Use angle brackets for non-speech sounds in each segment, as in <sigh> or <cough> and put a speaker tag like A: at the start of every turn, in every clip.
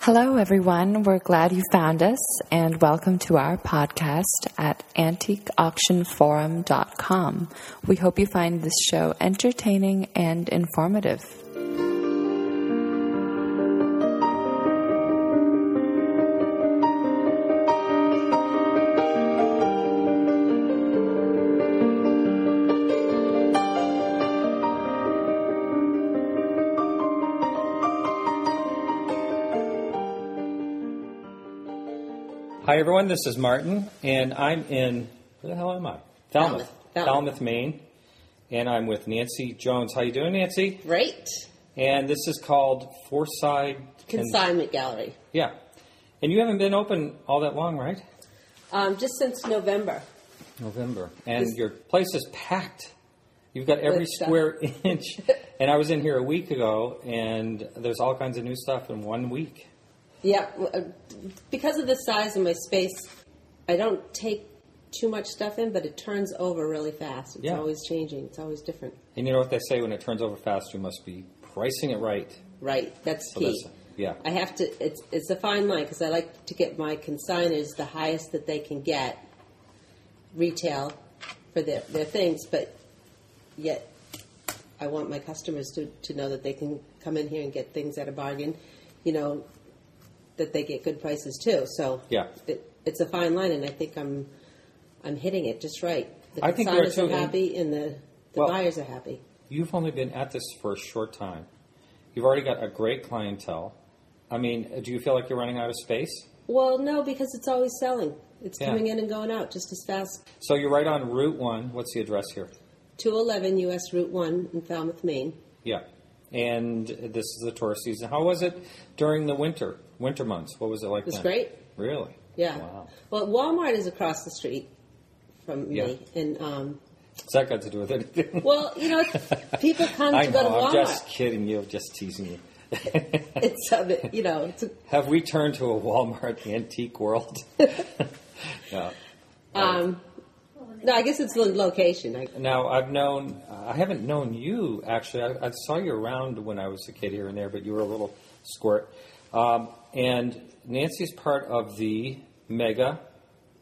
A: Hello, everyone. We're glad you found us, and welcome to our podcast at antiqueauctionforum.com. We hope you find this show entertaining and informative.
B: Hi, everyone. This is Martin, and I'm in where the hell am I? Falmouth,
C: Falmouth.
B: Falmouth, Maine, and I'm with Nancy Jones. How you doing, Nancy?
C: Great.
B: And this is called Forside
C: Consignment gallery.
B: yeah, and you haven't been open all that long, right?
C: Um, just since November.
B: November, and
C: Is-
B: your place is packed. You've got every
C: With stuff.
B: square
C: <laughs>
B: inch. and I was in here a week ago, and there's all kinds of new stuff in one week.
C: Yeah, w- uh, because of the size of my space, I don't take too much stuff in, but it turns over really fast. It's
B: Yeah.
C: always changing. It's always different.
B: And you know what they say when it turns over fast, you must be pricing it right.
C: Right. That's
B: So
C: key.
B: that's- yeah.
C: I have to. It's it's a fine line because I like to get my consigners the highest that they can get retail for their their things, but yet I want my customers to to know that they can come in here and get things at a bargain. You know that they get good prices too. So
B: Yeah.
C: it, it's a fine line, and I think I'm I'm hitting it just right. The
B: I think you are
C: consigners
B: too, and-
C: happy, and the the
B: Well-
C: buyers are happy.
B: You've only been at this for a short time. You've already got a great clientele. I mean, do you feel like you're running out of space?
C: Well, no, because it's always selling. It's
B: Yeah.
C: coming in and going out just as fast.
B: So you're right on Route 1. What's the address here?
C: 211 US Route 1 in Falmouth, Maine.
B: Yeah. And this is the tourist season. How was it during the winter, winter months? What was it like
C: It was
B: then?
C: great.
B: Really?
C: Yeah.
B: Wow.
C: Well, Walmart is across the street from
B: Yeah.
C: me. And, um,
B: What's that got to do with anything?
C: well, you know,
B: <laughs>
C: people come to
B: I
C: go to
B: know,
C: Walmart. <laughs>
B: I'm just kidding you, just teasing you. <laughs>
C: It's, a bit- you know, it's a,
B: Have we turned to a Walmart antique world? <laughs> no.
C: um, no, I guess it's the location. I,
B: Now I've known I haven't known you actually. I, I saw you around when I was a kid here and there, but you were a little squirt. Um, and Nancy's part of the mega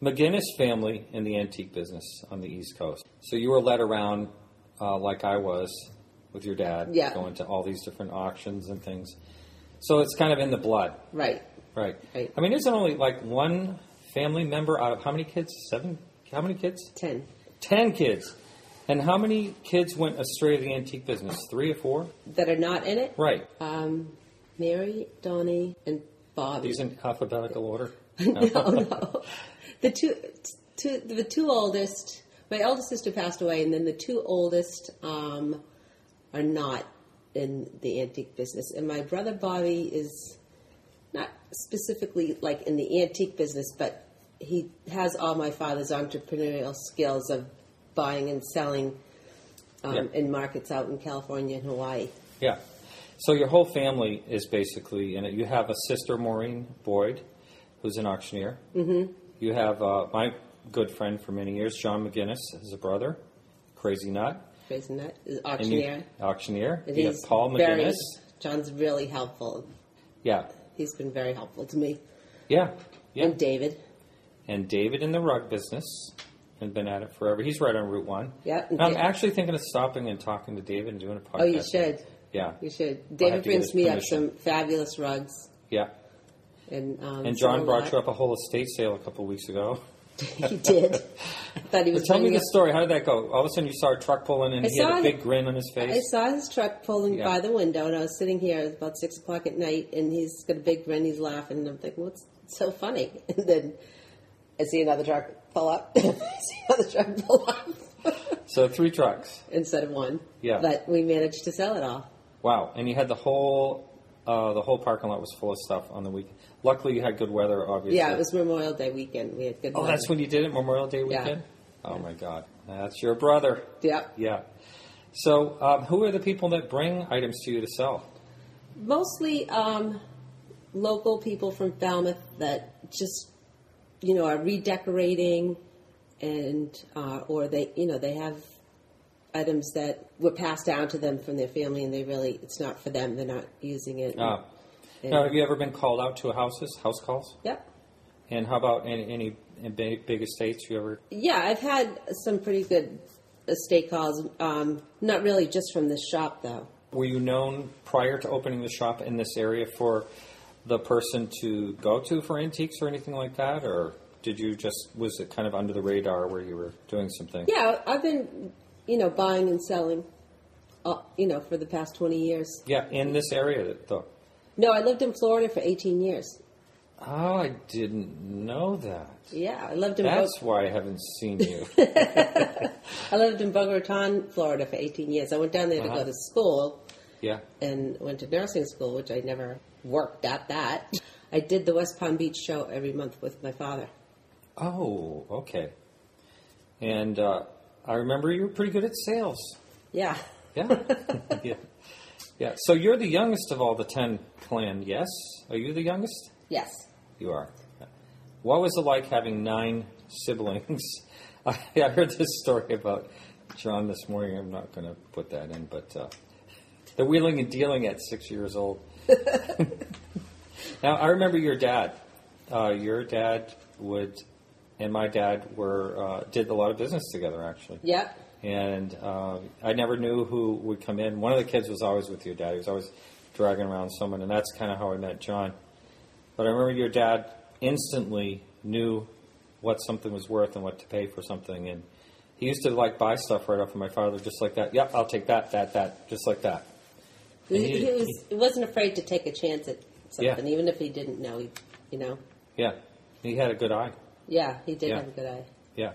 B: McGinnis family in the antique business on the East Coast. So you were led around uh, like I was with your dad,
C: Yeah.
B: going to all these different auctions and things. So it's kind of in the blood,
C: right.
B: right?
C: Right.
B: I mean, it's only like one family member out of how many kids? Seven? How many kids?
C: 10.
B: Ten kids. And how many kids went astray of the antique business? Three or four?
C: That are not in it.
B: Right.
C: Um, Mary, Donnie, and Bobby.
B: These in alphabetical order?
C: <laughs> no, no. The two, two, the two oldest. My eldest sister passed away, and then the two oldest um, are not in the antique business. And my brother Bobby is not specifically like in the antique business, but he has all my father's entrepreneurial skills of buying and selling um,
B: Yeah.
C: in markets out in California and Hawaii.
B: <laughs> Yeah. So your whole family is basically in it. You have a sister, Maureen Boyd, who's an auctioneer. Mm-hmm. You have uh, my good friend for many years, John McGinnis, is a brother, crazy nut.
C: Isn't that is
B: And you-
C: auctioneer?
B: auctioneer.
C: And
B: you have
C: he's
B: Paul
C: very-
B: McGinnis.
C: John's really helpful.
B: Yeah.
C: He's been very helpful to me.
B: Yeah. Yeah.
C: and David.
B: and David in the rug business and been at it forever. He's right on Route One.
C: Yep.
B: And I'm Um, actually thinking of stopping and talking to David and doing a podcast.
C: Oh, you should.
B: Yeah.
C: You should.
B: I'll have
C: David
B: to get
C: brings
B: his
C: me up
B: permission.
C: some fabulous rugs,
B: Yeah.
C: and um,
B: And John
C: so
B: brought
C: I-
B: you up a whole estate sale a couple weeks ago.
C: <laughs> he did. I
B: <laughs>
C: thought he was
B: Tell me
C: bringing
B: the
C: up-
B: story. How did that go? All of a sudden, you saw a truck pulling in.
C: I
B: he had
C: saw
B: a
C: it.
B: big grin on his
C: I
B: face.
C: saw his truck pulling
B: Yeah.
C: by the window, and I was sitting here at about six o'clock at night, and he's got a big grin. He's laughing, and I'm thinking, "What's so funny?" <laughs> And then I see another truck pull up. <laughs> I see another truck pull up <laughs>
B: So three trucks.
C: instead of one.
B: Yeah.
C: But we managed to sell it all.
B: Wow. And you had the whole, uh, the whole parking lot was full of stuff on the weekend. Luckily, you had good weather. Obviously.
C: Yeah, it was Memorial Day weekend. We had good.
B: Oh, that's when you did it, Memorial Day
C: Yeah.
B: weekend. Oh my God, that's your brother.
C: Yeah.
B: Yeah. So, um, who are the people that bring items to you to sell?
C: mostly um, local people from Falmouth that just you know are redecorating and uh, or they you know they have items that were passed down to them from their family and they really it's not for them they're not using it
B: Ah. Now, have you ever been called out to houses, house calls?
C: Yep.
B: And how about any, any big, big estates you ever?
C: Yeah, I've had some pretty good estate calls. Um, not really just from this shop though.
B: Were you known prior to opening the shop in this area for the person to go to for antiques or anything like that, or did you just was it kind of under the radar where you were doing something?
C: Yeah, I've been, you know, buying and selling, uh, you know, for the past twenty years.
B: Yeah, in this area though.
C: No, I lived in Florida for eighteen years.
B: Oh, I didn't know that.
C: Yeah, I lived in
B: That's
C: Bo-
B: why I haven't seen you.
C: I lived in Boca Raton, Florida, for eighteen years. I went down there to
B: Uh-huh.
C: go to school
B: yeah.
C: and went to nursing school, which I never worked at that. I did the West Palm Beach show every month with my father.
B: Oh, okay. And uh, I remember you were pretty good at sales.
C: Yeah.
B: Yeah. <laughs> yeah. Yeah. So you're the youngest of all the ten clan, yes? Are you the youngest?
C: Yes.
B: You are. What was it like having nine siblings? <laughs> I, I heard this story about John this morning. I'm not going to put that in, but uh, the wheeling and dealing at six years old. now, I remember your dad. Uh, your dad would, and my dad were uh, did a lot of business together, actually.
C: Yep.
B: And uh, I never knew who would come in. One of the kids was always with your dad. He was always dragging around someone, and that's kind of how I met John. But I remember your dad instantly knew what something was worth and what to pay for something, and he used to like buy stuff right off of my father, just like that. Yep, I'll take that, that, that, just like that. And
C: He,
B: you-
C: he was he wasn't afraid to take a chance at something,
B: Yeah.
C: even if he didn't know. He, you know,
B: Yeah, he had a good eye.
C: yeah, he did
B: Yeah.
C: have a good eye.
B: Yeah,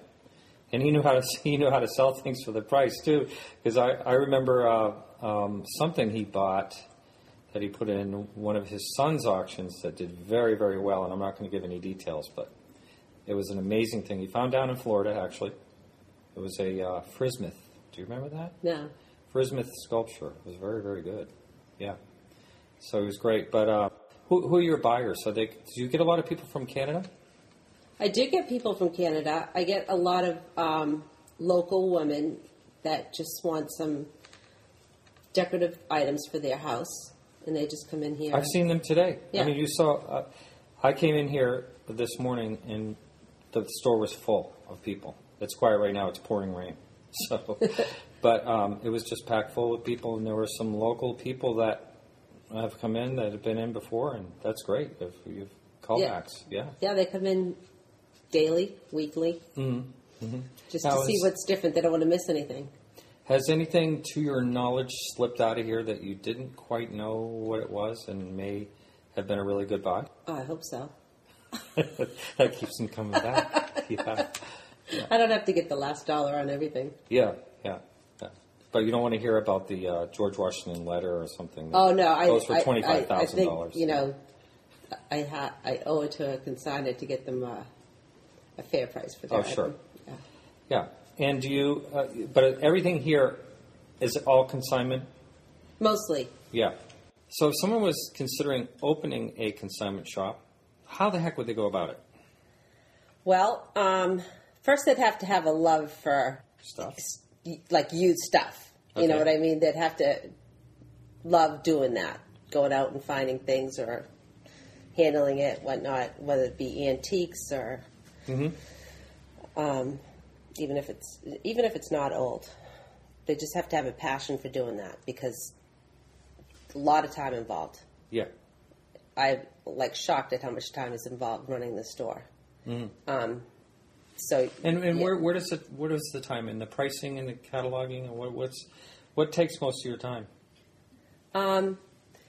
B: and he knew how to <laughs> he knew how to sell things for the price too. Because I I remember uh, um, something he bought that he put in one of his son's auctions that did very very well, and I'm not going to give any details, but it was an amazing thing he found down in Florida actually. It was a uh, frismith. Do you remember that?
C: No,
B: Frismith sculpture it was very very good. Yeah, so it was great. But uh, who who are your buyers? So they do you get a lot of people from Canada?
C: I do get people from Canada. I get a lot of um, local women that just want some decorative items for their house, and they just come in here.
B: I've seen them today. I
C: Yeah.
B: mean, you saw. Uh, I came in here this morning, and the store was full of people. It's quiet right now. It's pouring rain. <laughs> So, but um, it was just packed full of people, and there were some local people that have come in that have been in before, and that's great. If you've callbacks, yeah.
C: yeah, they come in daily, weekly, mm-hmm. just
B: Now
C: to see
B: is-
C: what's different. They don't want to miss anything.
B: Has anything to your knowledge slipped out of here that you didn't quite know what it was, and may have been a really good buy? <laughs>
C: Oh, I hope so.
B: that keeps them coming back. Yeah.
C: I don't have to get the last dollar on everything.
B: Yeah, yeah, yeah. But you don't want to hear about the uh, George Washington letter or something. that
C: Oh no, I
B: goes for
C: I- I-
B: twenty five
C: I
B: thousand
C: think,
B: dollars.
C: You know, I ha- I owe it to a consignor to get them uh, a fair price for their
B: Oh, sure.
C: item. Yeah.
B: Yeah, and do you? Uh, but everything here is it all consignment.
C: Mostly,
B: Yeah. So if someone was considering opening a consignment shop, how the heck would they go about it?
C: well, um, first they'd have to have a love for
B: Stuff.
C: like used stuff. You know
B: Okay.
C: what I mean? They'd have to love doing that, going out and finding things or handling it, whatnot, whether it be antiques or um, even if it's even if it's not old. They just have to have a passion for doing that because a lot of time involved.
B: Yeah.
C: I'm like shocked at how much time is involved running the store. Um, so
B: And and
C: yeah.
B: where where does it what is the time and the pricing and the cataloging and what what's what takes most of your time?
C: Um,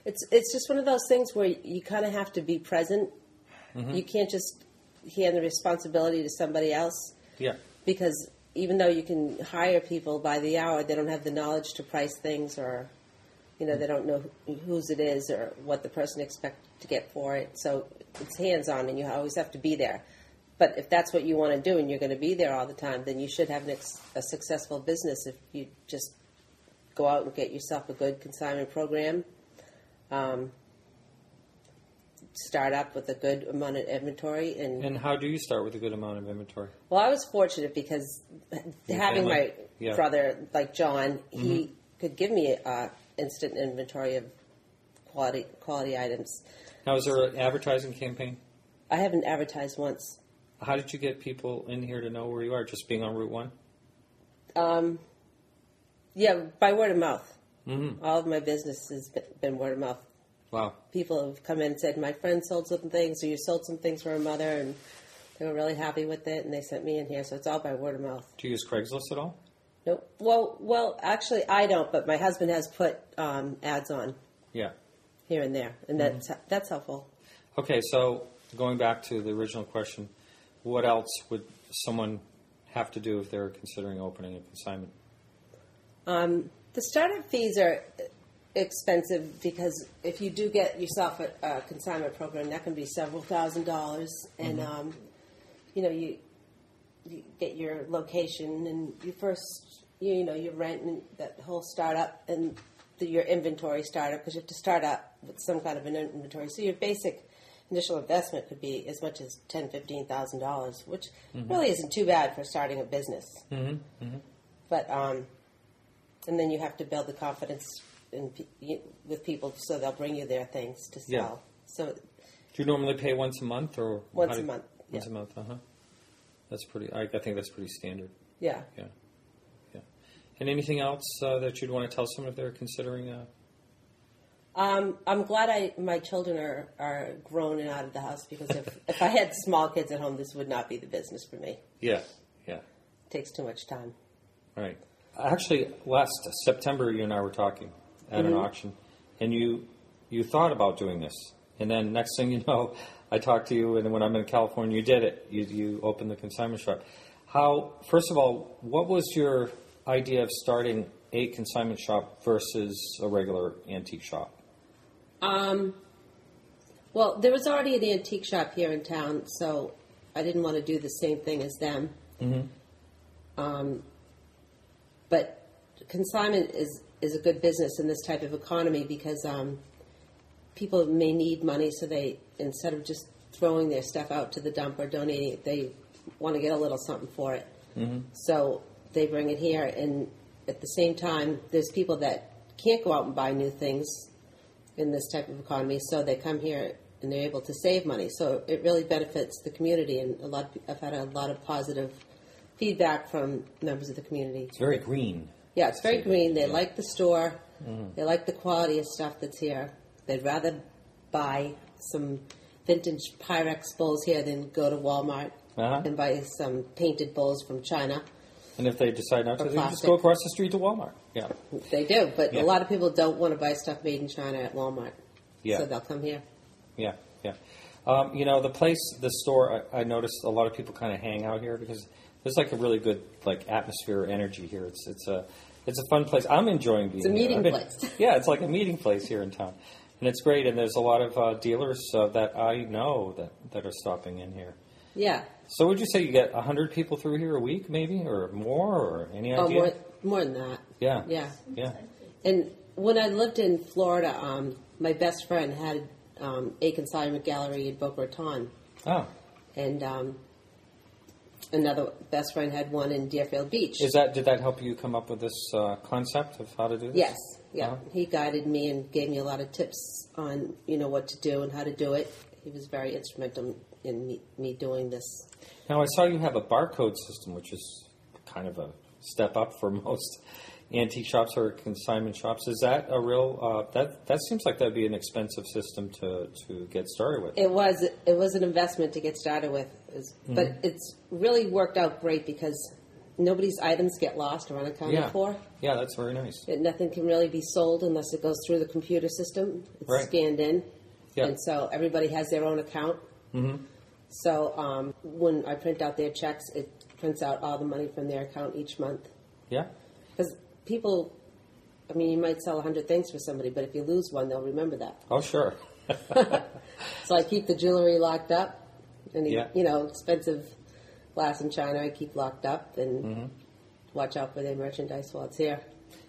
C: it's it's just one of those things where you kind of have to be present. You can't just hand the responsibility to somebody else
B: Yeah.
C: because even though you can hire people by the hour, they don't have the knowledge to price things or you know they don't know who- whose it is or what the person expects to get for it. So it's hands on, and you always have to be there. But if that's what you want to do and you're going to be there all the time, then you should have an ex- a successful business if you just go out and get yourself a good consignment program. Um, start up with a good amount of inventory and
B: And how do you start with a good amount of inventory?
C: well, I was fortunate because
B: family.
C: having my
B: Yeah. Mm-hmm.
C: brother, like John, he could give me uh, instant inventory of quality quality items.
B: Now, is there an advertising campaign?
C: I haven't advertised once.
B: How did you get people in here to know where you are? Just being on Route One?
C: Um, yeah, by word of mouth.
B: Mm-hmm.
C: All of my business has been- been word of mouth.
B: Wow.
C: People have come in and said, "My friend sold some things, or you sold some things for her mother," and they were really happy with it, and they sent me in here. So it's all by word of mouth.
B: Do you use Craigslist at all?
C: Nope. Well, well, actually, I don't, but my husband has put um, ads on
B: Yeah.
C: here and there, and that's that's helpful.
B: Okay, so going back to the original question, what else would someone have to do if they're considering opening a consignment?
C: The startup fees are expensive because if you do get yourself a, a consignment program, that can be several thousand dollars, and um, you know you you get your location and you first you, you know your rent and that whole startup and the, your inventory startup because you have to start up with some kind of an inventory. So your basic initial investment could be as much as ten fifteen thousand dollars, which really isn't too bad for starting a business. Mm-hmm. But um, and then you have to build the confidence in, pe- you- with people so they'll bring you their things to sell.
B: Yeah.
C: So
B: Do you normally pay once a month or
C: Once
B: how
C: a
B: do-
C: month,
B: Once
C: yeah.
B: a month, uh huh. That's pretty. I, I think that's pretty standard.
C: yeah.
B: Yeah, yeah. And anything else uh, that you'd want to tell someone if they're considering? Uh,
C: Um, I'm glad I my children are, are grown and out of the house because <laughs> if, if I had small kids at home, this would not be the business for me.
B: yeah, yeah.
C: It takes too much time.
B: Right. Actually, last September, you and I were talking at an auction, and you you thought about doing this, and then next thing you <laughs> know, I talked to you, and when I'm in California, you did it. You you opened the consignment shop. How? First of all, what was your idea of starting a consignment shop versus a regular antique shop?
C: Well, there was already an antique shop here in town, so I didn't want to do the same thing as them. Mm-hmm. Um, but consignment is is a good business in this type of economy because um, people may need money, so they instead of just throwing their stuff out to the dump or donating it, they want to get a little something for it. Mm-hmm. So they bring it here, and at the same time, there's people that can't go out and buy new things in this type of economy, so they come here and they're able to save money. So it really benefits the community, and a lot. I've had a lot of positive feedback from members of the community.
B: It's very green.
C: Yeah, it's very green. They like the store.
B: Mm-hmm.
C: They like the quality of stuff that's here. They'd rather buy some vintage Pyrex bowls here than go to Walmart
B: Uh-huh.
C: and buy some painted bowls from China.
B: And if they decide not to,
C: Or
B: they just
C: plastic.
B: go across the street to Walmart. Yeah.
C: They do, but
B: Yeah.
C: a lot of people don't want to buy stuff made in China at Walmart.
B: Yeah.
C: So they'll come here.
B: Yeah, yeah. Um, you know, the place, the store, I, I noticed a lot of people kind of hang out here because there's like a really good like atmosphere, or energy here. It's it's a it's a fun place. I'm enjoying being. It's
C: a
B: here.
C: meeting
B: I've been-
C: place.
B: <laughs> Yeah, it's like a meeting place here in town, and it's great. And there's a lot of uh, dealers uh, that I know that that are stopping in here.
C: Yeah.
B: So would you say you get hundred people through here a week, maybe, or more, or any idea?
C: Oh, more, more than that.
B: Yeah.
C: Yeah.
B: Yeah.
C: And when I lived in Florida, um, my best friend had um, a consignment gallery in Boca Raton.
B: Oh,
C: and um, another best friend had one in Deerfield Beach.
B: is that did that help you come up with this uh, concept of how to do this?
C: yes, yeah.
B: Uh-huh.
C: He guided me and gave me a lot of tips on you know what to do and how to do it. He was very instrumental in me, me doing this.
B: Now, I saw you have a barcode system, which is kind of a step up for <laughs> most antique shops or consignment shops. Is that a real? Uh, that that seems like that'd be an expensive system to to get started with.
C: It was it was an investment to get started with, It was-
B: Mm-hmm.
C: but it's really worked out great because nobody's items get lost or unaccounted
B: yeah,
C: for.
B: yeah, that's very nice.
C: that nothing can really be sold unless it goes through the computer system. It's
B: Right.
C: scanned in.
B: Yeah.
C: And so everybody has their own account. Mm-hmm. So um, when I print out their checks, it prints out all the money from their account each month.
B: Yeah,
C: Because people, I mean, you might sell 100 things for somebody, but if you lose one, they'll remember that.
B: oh sure, <laughs>
C: So I keep the jewelry locked up, and
B: Yeah.
C: you know, expensive glass in China I keep locked up, and
B: Mm-hmm.
C: watch out for their merchandise while it's here.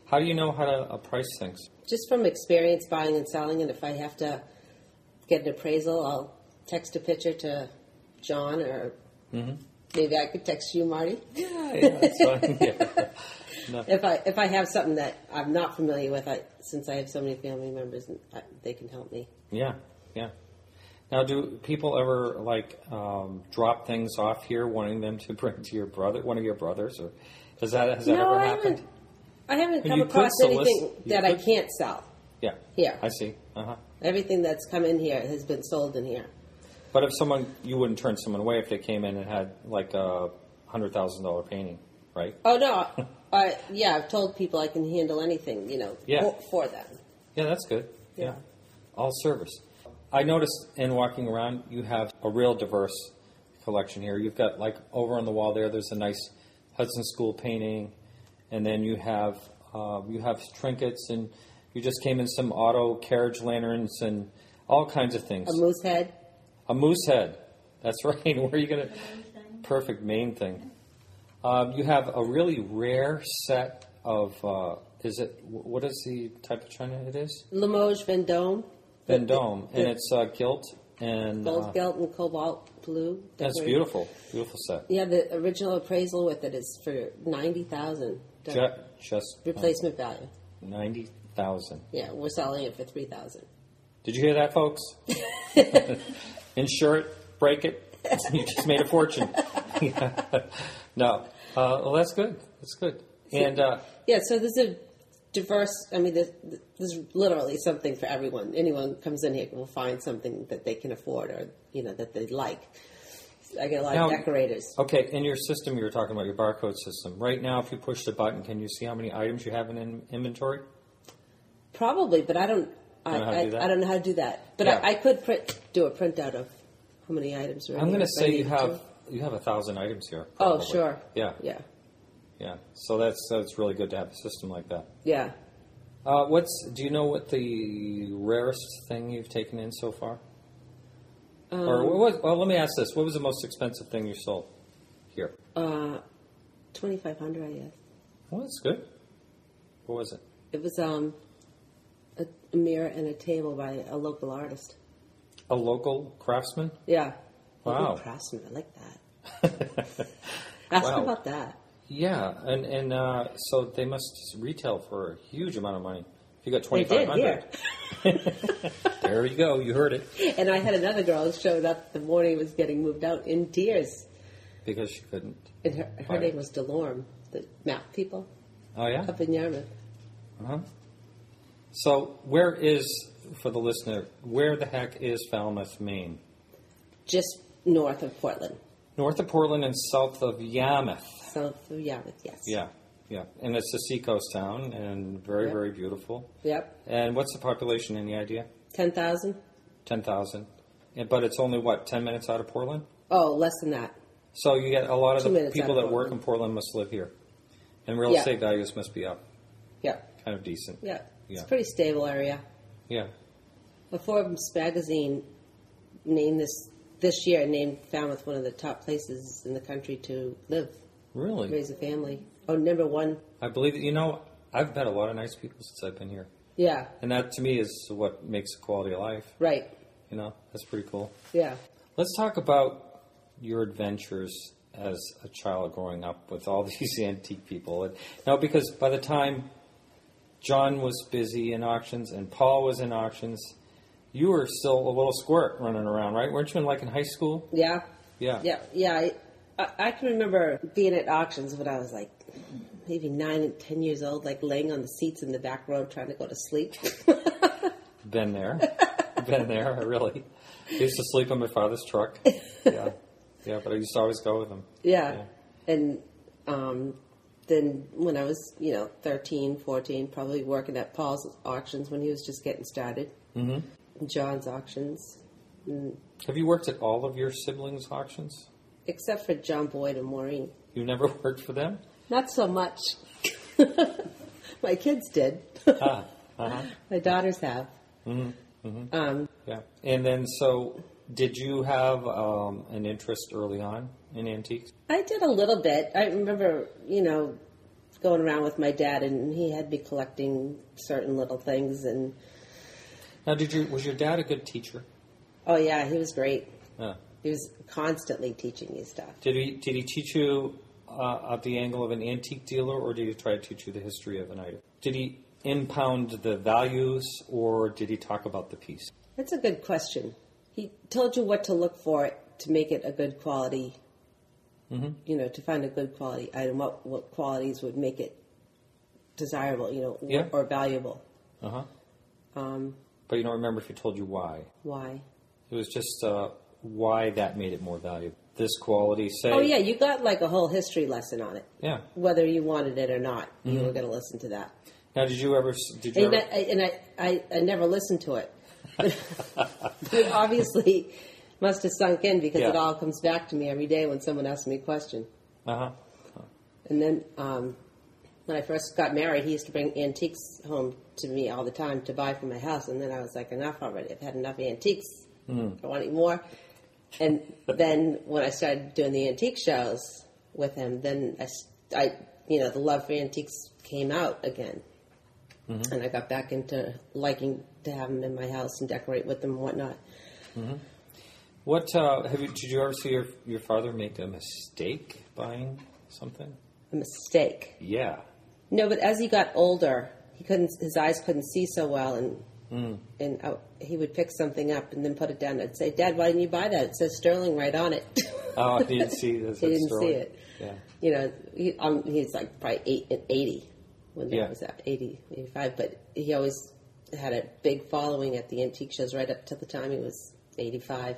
B: how do you know how to uh, price things?
C: just from experience buying and selling, and if I have to get an appraisal, I'll text a picture to John or Maybe I could text you, Marty,
B: Mm-hmm. Yeah, yeah, that's fine. Yeah.
C: if I if I have something that I'm not familiar with. I, since I have so many family members, and I, they can help me.
B: <laughs> yeah, yeah. Now, do people ever like um, drop things off here, wanting them to bring to your brother, one of your brothers, or has that has that
C: no,
B: ever
C: I
B: happened?
C: haven't. I haven't
B: But
C: come
B: you could
C: across
B: solicit-
C: anything
B: you
C: that I
B: could-
C: can't sell.
B: Yeah,
C: Yeah.
B: I see. Uh huh.
C: Everything that's come in here has been sold in here.
B: But if someone, you wouldn't turn someone away if they came in and had like a hundred thousand dollar painting, right? <laughs>
C: Oh no, I yeah, I've told people I can handle anything, you know,
B: Yeah.
C: for, for them.
B: Yeah, that's good. Yeah.
C: Yeah.
B: All service. I noticed in walking around, you have a real diverse collection here. You've got, like, over on the wall there, there's a nice Hudson School painting, and then you have uh, you have trinkets, and you just came in some auto carriage lanterns and all kinds of things.
C: A moose head.
B: A moose head. That's <laughs> right. Where are you going to? Perfect main thing. Um, you have a really rare set of. Uh, is it wh- what is the type of china it is?
C: Limoges Vendome.
B: Vendome, and it's uh, gilt and
C: Gold
B: uh,
C: gilt and cobalt blue.
B: that's
C: decorated.
B: beautiful, beautiful set.
C: Yeah, the original appraisal with it is for ninety thousand.
B: Ju- just uh,
C: Replacement value.
B: ninety thousand.
C: Yeah, we're selling it for three thousand.
B: Did you hear that,
C: <laughs>
B: folks? Insure it, break it. <laughs> You just made a fortune. <laughs> no, uh, well, that's good. That's good. And uh,
C: Yeah, so there's a diverse. I mean, there's, there's literally something for everyone. Anyone comes in here will find something that they can afford or you know that they like. I get a lot
B: Now-
C: of decorators.
B: okay, in your system, you were talking about your barcode system. Right now, if you push the button, can you see how many items you have in in- inventory?
C: Probably, but I don't. I,
B: Don't know how to do that?
C: I, I don't know how to do that. But
B: Yeah.
C: I, I could print, do a printout of how many items. Are
B: I'm going
C: to
B: to say you have you have a thousand items here.
C: Oh,
B: probably.
C: sure.
B: Yeah.
C: Yeah.
B: Yeah, so that's that's really good to have a system like that.
C: Yeah.
B: Uh, what's do you know what the rarest thing you've taken in so far? or
C: Um,
B: what was, well, let me ask this: What was the most expensive thing you sold here?
C: Oh. Twenty five Uh, hundred. I guess
B: well, that's good. What was it?
C: it was um, a, a mirror and a table by a local artist.
B: A local craftsman. <laughs>
C: Yeah.
B: Wow.
C: Local craftsman. I like that. Ask
B: Wow.
C: about that.
B: Yeah, and and uh, so they must retail for a huge amount of money. If you got
C: They
B: twenty five
C: did
B: hundred,
C: here. <laughs>
B: there you go. You heard it
C: And I had another girl who showed up the morning it was getting moved out in tears,
B: because she couldn't.
C: and her, her
B: Right.
C: name was Delorme, the map people
B: Oh yeah.
C: up in Yarmouth.
B: Uh-huh. So, where is, for the listener, where the heck is Falmouth, Maine?
C: just north of Portland,
B: North of Portland and south of Yarmouth.
C: south of Yarmouth. Yes.
B: Yeah, yeah. And it's a seacoast town and very,
C: Yep.
B: very beautiful.
C: Yep.
B: And what's the population, any idea?
C: Ten thousand?
B: 10,000. And- But it's only, what, 10 minutes out of Portland?
C: Oh, less than that.
B: So, you get a lot of
C: Two
B: the
C: minutes
B: people
C: out of
B: that work in
C: Portland.
B: Portland must live here. And real
C: Yeah.
B: estate values must be up,
C: Yep.
B: kind of decent.
C: Yep. It's
B: Yeah.
C: a pretty stable area.
B: Yeah.
C: The Forbes magazine named this this year named Falmouth one of the top places in the country to live,
B: Really?
C: raise a family. Oh, number one.
B: I believe that, you know, I've met a lot of nice people since I've been here.
C: Yeah.
B: And that to me is what makes a quality of life.
C: Right.
B: You know, that's pretty cool.
C: Yeah.
B: Let's talk about your adventures as a child growing up with all <laughs> these antique people. And now, because by the time John was busy in auctions and Paul was in auctions, you were still a little squirt running around, right? Weren't you in like in high school?
C: Yeah.
B: Yeah.
C: Yeah. Yeah. I, I, I can remember being at auctions when I was like maybe nine and ten years old, like laying on the seats in the back row trying to go to sleep. <laughs>
B: Been there. Been there, I really. I used to sleep in my father's truck. Yeah. Yeah, but I used to always go with him.
C: Yeah. And um, then when I was, you know, 13, 14, probably working at Paul's auctions when he was just getting started, mm-hmm. John's auctions,
B: Have you worked at all of your siblings' auctions?
C: except for John Boyd and Maureen.
B: You never <laughs> worked for them?
C: Not so much. <laughs> My kids did. <laughs>
B: Ah, uh-huh. Mm-hmm.
C: My daughters have. Um,
B: Yeah. And then, so did you have um, an interest early on in antiques?
C: I did a little bit. I remember, you know, going around with my dad, and he had me collecting certain little things. And
B: Now, did you was your dad a good teacher?
C: oh yeah, he was great.
B: Uh,
C: He was constantly teaching me stuff.
B: Did he did he teach you uh, at the angle of an antique dealer, or did he try to teach you the history of an item? Did he impound the values, or did he talk about the piece?
C: That's a good question. He told you what to look for to make it a good quality.
B: Mm-hmm.
C: You know, to find a good quality item, what what qualities would make it desirable? You know,
B: Yeah.
C: or valuable.
B: Uh huh.
C: Um,
B: But you don't remember if he told you why.
C: why?
B: It was just uh, why that made it more valuable. This quality, say.
C: Oh yeah, you got like a whole history lesson on it,
B: Yeah.
C: whether you wanted it or not. You
B: Mm-hmm.
C: were going to listen to that,
B: Now, did you ever? s- Did you
C: and, I,
B: ever?
C: and I, I, I never listened to
B: <laughs>
C: it. <laughs> it obviously must have sunk in because it
B: Yeah.
C: all comes back to me every day when someone asks me a question.
B: Uh huh.
C: And then um, when I first got married, he used to bring antiques home to me all the time to buy for my house. And then I was like, enough already. I've had enough antiques. I want any more. And then when I started doing the antique shows with him, then I, s- I- you know, the love for antiques came out again. And I got back into liking to have them in my house and decorate with them and whatnot.
B: What uh, have you? Did you ever see your your father make a mistake buying something?
C: A mistake.
B: Yeah.
C: No, but as he got older, he couldn't. His eyes couldn't see so well, and and I, he would pick something up and then put it down. I'd say, "Dad, why didn't you buy that? It says Sterling right on it." <laughs>
B: Oh, I didn't see this.
C: He didn't
B: story.
C: see it.
B: Yeah.
C: you know, he, um, he's like probably eight and eighty when that
B: Yeah.
C: was at 80, 85, But he always had a big following at the antique shows right up to the time he was eighty-five.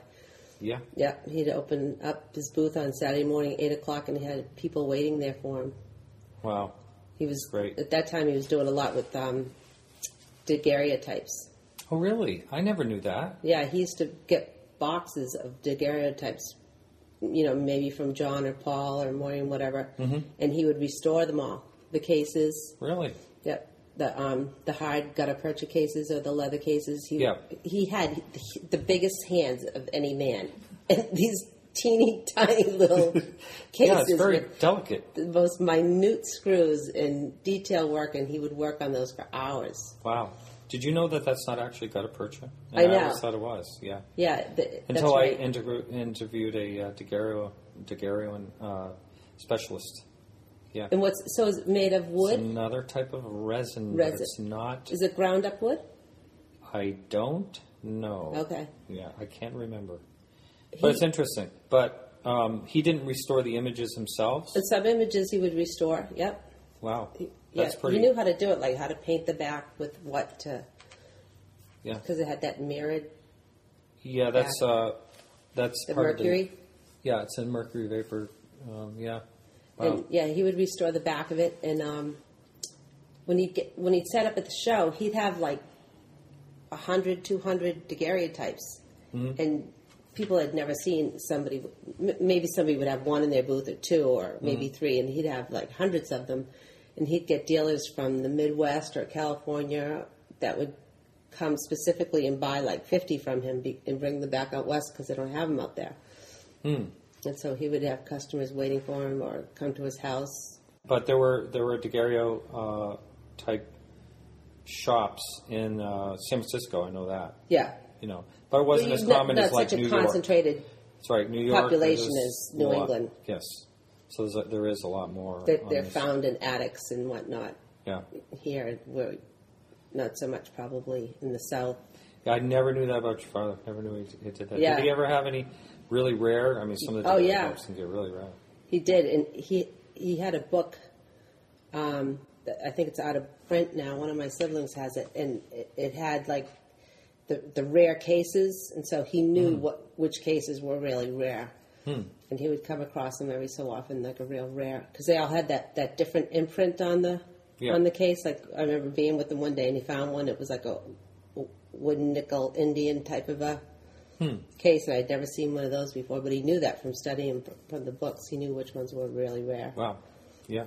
B: Yeah.
C: Yeah, he'd open up his booth on Saturday morning, eight o'clock, and he had people waiting there for him.
B: Wow.
C: He was
B: Great.
C: at that time. He was doing a lot with um, daguerreotypes.
B: Oh, really? I never knew that.
C: Yeah, he used to get boxes of daguerreotypes, you know, maybe from John or Paul or Maureen, whatever,
B: Mm-hmm.
C: and he would restore them all. The cases,
B: Really?
C: yep, the um, the hard gutta percha cases or the leather cases. He
B: Yeah.
C: he had the biggest hands of any man, <laughs> and these teeny tiny little cases.
B: <laughs> yeah, it's very
C: with-
B: delicate.
C: the most minute screws and detail work, and he would work on those for hours.
B: Wow. Did you know that that's not actually gutta percha?
C: I know.
B: always thought it was. Yeah.
C: Yeah, th-
B: Until
C: that's right.
B: I intergr- interviewed a uh, daguerreo, daguerreoan uh, specialist. Yeah.
C: and what's so is it made of
B: It's
C: wood?
B: another type of resin. but
C: Resin.
B: It's not.
C: Is it ground up wood?
B: I don't know.
C: Okay.
B: Yeah, I can't remember. But it's interesting. But um, he didn't restore the images themselves.
C: And some images he would restore. Yep.
B: Wow.
C: Yeah,
B: That's pretty.
C: He knew how to do it, like how to paint the back with what to,
B: yeah.
C: because it had that mirrored
B: Yeah, that's uh, that's
C: the
B: part of the-
C: mercury.
B: yeah, it's in mercury vapor. Um, yeah. Wow.
C: And yeah, he would restore the back of it. And um, when he'd get when he'd set up at the show, he'd have like 100, 200 daguerreotypes, and people had never seen somebody. m- Maybe somebody would have one in their booth or two, or maybe three, and he'd have like hundreds of them. And he'd get dealers from the Midwest or California that would come specifically and buy like 50 from him be, and bring them back out west because they don't have them out there. And so he would have customers waiting for him or come to his house.
B: But there were there were daguerreo uh, type shops in uh, San Francisco. I know that.
C: Yeah.
B: You know, but it wasn't as
C: Not-
B: common
C: not
B: as like
C: such a
B: New York.
C: concentrated.
B: That's right. New York
C: population
B: there's
C: as
B: a
C: New
B: lot-
C: England.
B: Yes. So there's a, there is a lot more.
C: They're,
B: on
C: they're
B: this.
C: found in attics and whatnot
B: Yeah.
C: here, where not so much probably in the south.
B: Yeah, I never knew that about your father. Never knew he, he did that.
C: Yeah.
B: Did he ever have any really rare? I mean, some of the
C: Oh,
B: daguerreo
C: yeah.
B: types can get really rare.
C: He did, and he he had a book. Um, that- I think it's out of print now. One of my siblings has it, and it, it had like the the rare cases, and so he knew what which cases were really rare. And he would come across them every so often, like a real rare, because they all had that, that different imprint on the
B: Yeah.
C: on the case. Like I remember being with him one day, and he found one. It was like a wooden nickel Indian type of a case, and I'd never seen one of those before. But he knew that from studying fr- from the books. He knew which ones were really rare.
B: Wow. Yeah.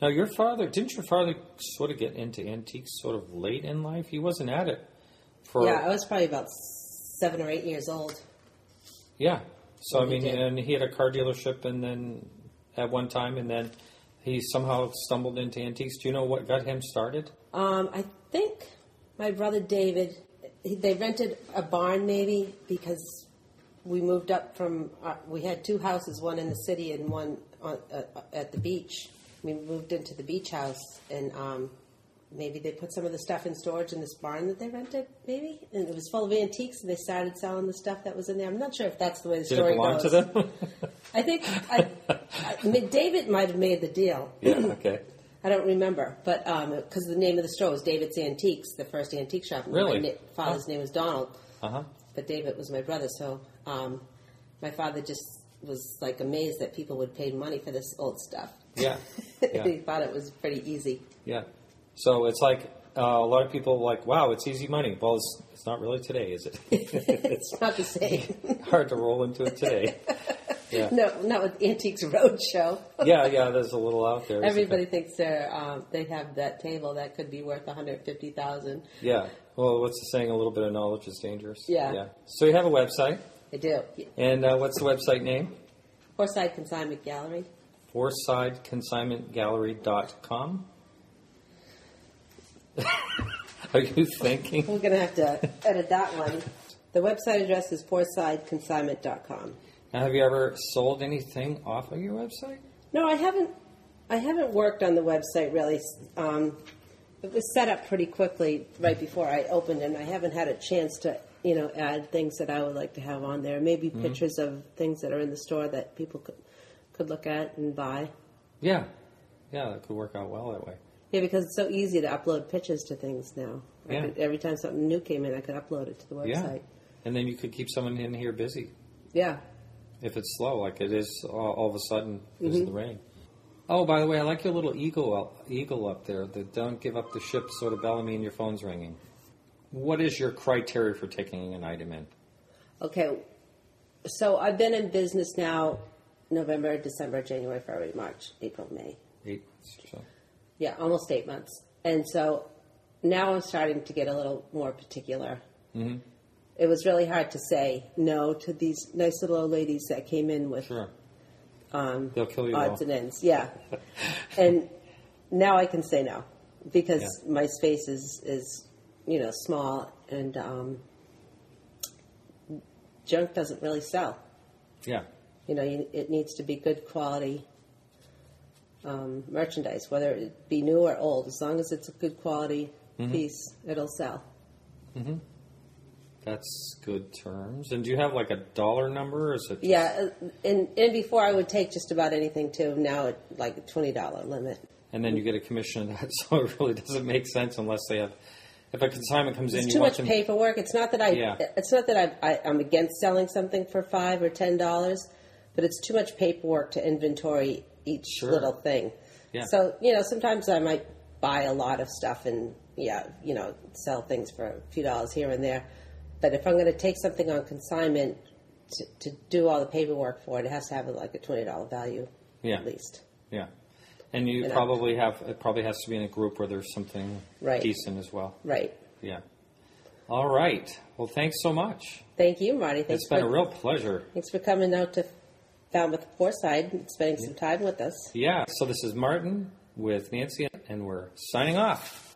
B: Now your father didn't your father sort of get into antiques sort of late in life? He wasn't at it for
C: Yeah, I was probably about seven or eight years old.
B: Yeah. So I
C: he
B: mean,
C: did.
B: and he had a car dealership, and then at one time, and then he somehow stumbled into antiques. Do you know what got him started?
C: Um, I think my brother David, he, they rented a barn maybe because we moved up from our, we had two houses, one in the city and one on, uh, at the beach. We moved into the beach house, and um, maybe they put some of the stuff in storage in this barn that they rented, maybe, and it was full of antiques. And they started selling the stuff that was in there. I'm not sure if that's the way the
B: Did
C: story
B: it belong
C: goes.
B: to them?
C: <laughs> I think I, I, mean, David might have made the deal.
B: <laughs> yeah. Okay.
C: I don't remember, but because the name of the store was David's Antiques, the first antique shop. and
B: Really?
C: My na- father's name was Donald,
B: Uh huh.
C: but David was my brother. So um, my father just was like amazed that people would pay money for this old stuff. <laughs>
B: Yeah.
C: he
B: Yeah.
C: thought it was pretty
B: <laughs>
C: easy.
B: yeah. So it's like uh, a lot of people like, wow, it's easy money. Well, it's, it's not really today, is it? <laughs>
C: It's not the same. <laughs>
B: Hard to roll into it today. Yeah.
C: no, not with Antiques Roadshow.
B: Yeah. Yeah. There's a little out there. isn't
C: Everybody
B: there?
C: thinks they're um, they have that table that could be worth one hundred fifty thousand.
B: Yeah. Well, what's the saying? A little bit of knowledge is dangerous.
C: Yeah.
B: Yeah. So you have a website,
C: I do.
B: and uh, what's the website name?
C: Forsyth Consignment Gallery.
B: ForsideConsignmentGallery.com. <laughs> Are you thinking?
C: We're going to have to edit that one. The website address is foursideconsignment.com.
B: Now, have you ever sold anything off of your website?
C: No, I haven't. I haven't worked on the website really. Um, it was set up pretty quickly right before I opened, and I haven't had a chance to, you know, add things that I would like to have on there. Maybe
B: Mm-hmm.
C: pictures of things that are in the store that people could could look at and buy.
B: Yeah. Yeah, that could work out well that way.
C: Yeah, because it's so easy to upload pictures to things now. I
B: Yeah.
C: could- every time something new came in, I could upload it to the
B: Yeah.
C: website.
B: And then you could keep someone in here busy
C: Yeah.
B: if it's slow, like it is all, all of a sudden because
C: Mm-hmm.
B: of the rain. Oh, by the way, I like your little eagle up, eagle up there. The don't give up the ship sort of Bellamy and your phone's ringing. What is your criteria for taking an item in?
C: Okay, so I've been in business now November, December, January, February, March, April, May.
B: Eight. So.
C: Yeah, almost eight months. And so now I'm starting to get a little more particular.
B: Mm-hmm.
C: It was really hard to say no to these nice little old ladies that came in with
B: Sure. Um, They'll kill you.
C: odds
B: though.
C: and
B: <laughs>
C: ends. Yeah. and now I can say no because
B: Yeah.
C: my space is, is, you know, small and um, junk doesn't really sell.
B: Yeah.
C: You know, you, it needs to be good quality um, merchandise, whether it be new or old. As long as it's a good quality piece, it'll sell.
B: That's good terms. And do you have like a dollar number? Or is it
C: Yeah, uh, and and before I would take just about anything too. Now it like a twenty dollar limit.
B: and then you get a commission <laughs> on that, so it really doesn't make sense unless they have. If a consignment comes in,
C: It's
B: you
C: too
B: want
C: much
B: them.
C: paperwork. It's not that I.
B: Yeah.
C: It's not that I, I. I'm against selling something for five or ten dollars, but it's too much paperwork to inventory each
B: Sure.
C: little thing.
B: Yeah.
C: So you know, sometimes I might buy a lot of stuff and yeah, you know, sell things for a few dollars here and there. But if I'm going to take something on consignment to, to do all the paperwork for it, it has to have like a twenty dollar value
B: Yeah.
C: at least.
B: yeah, and you
C: know.
B: probably have it probably has to be in a group where there's something
C: Right.
B: decent as well.
C: Right.
B: Yeah. All right. Well, thanks so much.
C: Thank you, Marty. Thanks
B: it's been
C: for
B: a real pleasure.
C: thanks for coming out to Falmouth Foreside and spending some time with us.
B: Yeah. So this is Martin with Nancy, and we're signing off.